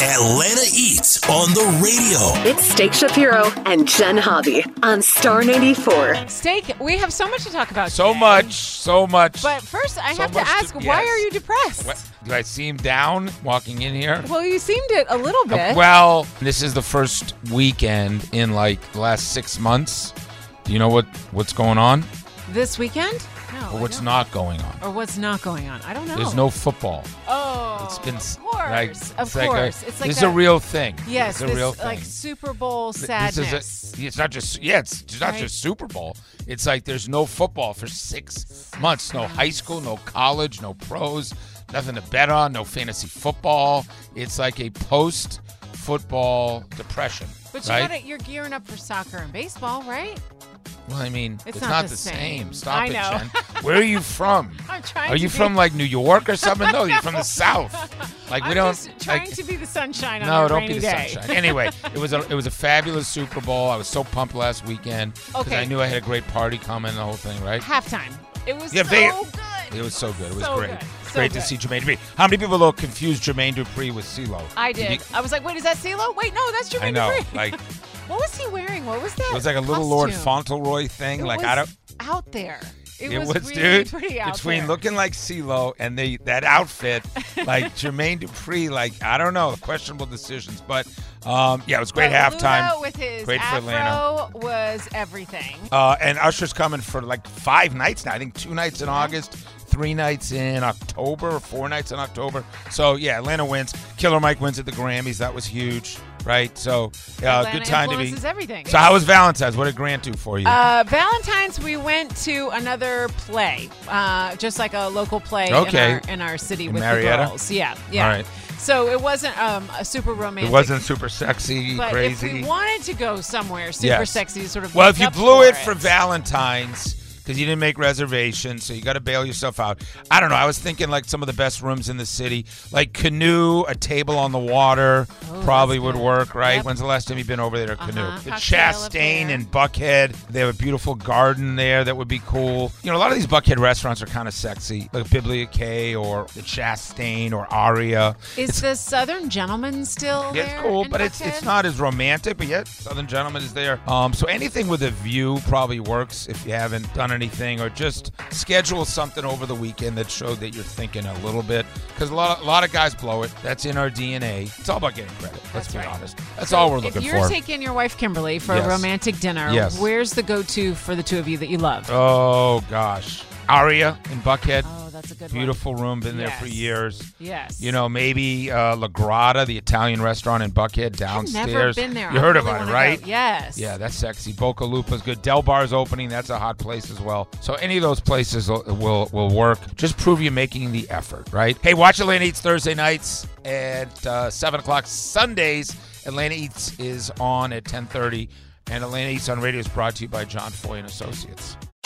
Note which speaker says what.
Speaker 1: Atlanta Eats on the radio.
Speaker 2: It's Steak Shapiro and Jen Hobby on Star 94.
Speaker 3: Steak, we have so much to talk about.
Speaker 4: So
Speaker 3: today.
Speaker 4: much, so much.
Speaker 3: But first, I
Speaker 4: So
Speaker 3: have to
Speaker 4: much to-
Speaker 3: ask, why
Speaker 4: yes.
Speaker 3: are you depressed?
Speaker 4: What, do I seem down walking in here?
Speaker 3: Well, you seemed it a little bit.
Speaker 4: Uh, well, this is the first weekend in like the last six months. Do you know what what's going on
Speaker 3: this weekend? No.
Speaker 4: or
Speaker 3: Oh, I
Speaker 4: what's
Speaker 3: don't.
Speaker 4: not going on?
Speaker 3: Or what's not going on? I don't know.
Speaker 4: There's no football.
Speaker 3: Oh.
Speaker 4: It's been
Speaker 3: Of
Speaker 4: s-
Speaker 3: course.
Speaker 4: like,
Speaker 3: of
Speaker 4: it's like a-
Speaker 3: course. it's like
Speaker 4: this is
Speaker 3: that-
Speaker 4: a real thing.
Speaker 3: Yes,
Speaker 4: it's a
Speaker 3: this,
Speaker 4: real thing.
Speaker 3: like Super Bowl
Speaker 4: Th-
Speaker 3: sadness.
Speaker 4: This is a, it's not just yeah, it's, it's not
Speaker 3: Right.
Speaker 4: just Super Bowl. It's like there's no football for six months. No high school, no college, no pros, nothing to bet on, no fantasy football. It's like a post football depression.
Speaker 3: but you
Speaker 4: right?
Speaker 3: gotta, you're gearing up for soccer and baseball, right?
Speaker 4: Well, I mean,
Speaker 3: It's
Speaker 4: it's,
Speaker 3: not
Speaker 4: not,
Speaker 3: the
Speaker 4: the same.
Speaker 3: same.
Speaker 4: Stop
Speaker 3: I
Speaker 4: it,
Speaker 3: know.
Speaker 4: Jen. Where are you from?
Speaker 3: I'm trying
Speaker 4: Are
Speaker 3: to
Speaker 4: you
Speaker 3: be-
Speaker 4: from like New York or something? No, you're from the South. Like we
Speaker 3: I'm
Speaker 4: don't
Speaker 3: just trying
Speaker 4: like-
Speaker 3: to be the sunshine on
Speaker 4: no,
Speaker 3: your
Speaker 4: don't
Speaker 3: rainy
Speaker 4: be the
Speaker 3: day.
Speaker 4: sunshine. Anyway, it was a it was a fabulous Super Bowl. I was so pumped last weekend because
Speaker 3: Okay.
Speaker 4: I knew I had a great party coming and the whole thing, right?
Speaker 3: Halftime. It was
Speaker 4: Yeah,
Speaker 3: so
Speaker 4: they-
Speaker 3: good.
Speaker 4: It was so good. It was
Speaker 3: So
Speaker 4: great.
Speaker 3: good.
Speaker 4: It's
Speaker 3: So
Speaker 4: great to
Speaker 3: good.
Speaker 4: see Jermaine Dupri. How many people though confused Jermaine Dupri with CeeLo?
Speaker 3: I did. I was like, wait, is that CeeLo? Wait, no, that's Jermaine
Speaker 4: I know.
Speaker 3: Dupri.
Speaker 4: Like
Speaker 3: What was he wearing? What was that?
Speaker 4: it was like a little Lord
Speaker 3: costume?
Speaker 4: Fauntleroy thing.
Speaker 3: It
Speaker 4: like
Speaker 3: was
Speaker 4: I don't.
Speaker 3: out there. It, was, really
Speaker 4: dude.
Speaker 3: pretty out
Speaker 4: between
Speaker 3: there.
Speaker 4: looking like CeeLo and they that outfit, like Jermaine Dupri, like I don't know, questionable decisions. But um, yeah, it was great
Speaker 3: But
Speaker 4: halftime.
Speaker 3: Luda with his
Speaker 4: Great for
Speaker 3: afro
Speaker 4: Atlanta.
Speaker 3: was everything.
Speaker 4: Uh, and Usher's coming for like five nights now. I think two nights in August, three nights in October, or four nights in October. So yeah, Atlanta wins. Killer Mike wins at the Grammys. That was huge, right? So uh,
Speaker 3: Atlanta
Speaker 4: good time to be.
Speaker 3: influences everything.
Speaker 4: So how was Valentine's? What did Grant do for you?
Speaker 3: Uh, Valentine's, we went to another play, uh, just like a local play
Speaker 4: Okay.
Speaker 3: in, our, in our city
Speaker 4: In
Speaker 3: with
Speaker 4: Marietta?
Speaker 3: the girls. Yeah, yeah.
Speaker 4: All right.
Speaker 3: So it wasn't um, a super romantic.
Speaker 4: it wasn't super sexy,
Speaker 3: But
Speaker 4: crazy.
Speaker 3: if we wanted to go somewhere super
Speaker 4: Yes.
Speaker 3: sexy, sort of.
Speaker 4: Well,
Speaker 3: make
Speaker 4: if you
Speaker 3: up
Speaker 4: blew
Speaker 3: for
Speaker 4: it for Valentine's because you didn't make reservations, so you got to bail yourself out. I don't know. I was thinking like some of the best rooms in the city, like canoe, a table on the water, probably would work, right?
Speaker 3: Yep.
Speaker 4: When's the last time you've been over there to canoe?
Speaker 3: Uh-huh.
Speaker 4: The
Speaker 3: Cocktail up
Speaker 4: Chastain
Speaker 3: there.
Speaker 4: and Buckhead. They have a beautiful garden there that would be cool. You know, a lot of these Buckhead restaurants are kind of sexy, like Biblia K or the Chastain or Aria.
Speaker 3: is the Southern Gentleman still
Speaker 4: Yeah,
Speaker 3: there?
Speaker 4: it's cool,
Speaker 3: in
Speaker 4: but it's it's
Speaker 3: Buckhead?
Speaker 4: not as romantic. But yet, Southern Gentleman is there. Um, so anything with a view probably works if you haven't done anything, or just schedule something over the weekend that showed that you're thinking a little bit. Because a lot of, a lot of guys blow it. That's in our DNA. It's all about getting credit. Let's
Speaker 3: That's
Speaker 4: be
Speaker 3: right.
Speaker 4: honest. That's all we're
Speaker 3: if
Speaker 4: looking
Speaker 3: you're
Speaker 4: for.
Speaker 3: taking your wife Kimberly for a
Speaker 4: Yes.
Speaker 3: romantic dinner,
Speaker 4: Yes.
Speaker 3: where's the go-to for the two of you that you love?
Speaker 4: oh gosh, Aria in Buckhead,
Speaker 3: Oh, that's a good
Speaker 4: beautiful room. Been there for
Speaker 3: Yes.
Speaker 4: years.
Speaker 3: one. Yes.
Speaker 4: You know, maybe uh, La Grata, the Italian restaurant in Buckhead
Speaker 3: I've
Speaker 4: downstairs.
Speaker 3: never been there.
Speaker 4: You
Speaker 3: I
Speaker 4: heard
Speaker 3: really
Speaker 4: about
Speaker 3: wanna go.
Speaker 4: it, right?
Speaker 3: Yes.
Speaker 4: Yeah, that's sexy. Boca Lupa's good. Del Bar's opening. That's a hot place as well. So any of those places will will, will work. Just prove you're making the effort, right? Hey, watch Atlanta Eats Thursday nights at uh, seven o'clock Sundays. Atlanta Eats is on at ten thirty, and Atlanta Eats on Radio is brought to you by John Foy and Associates.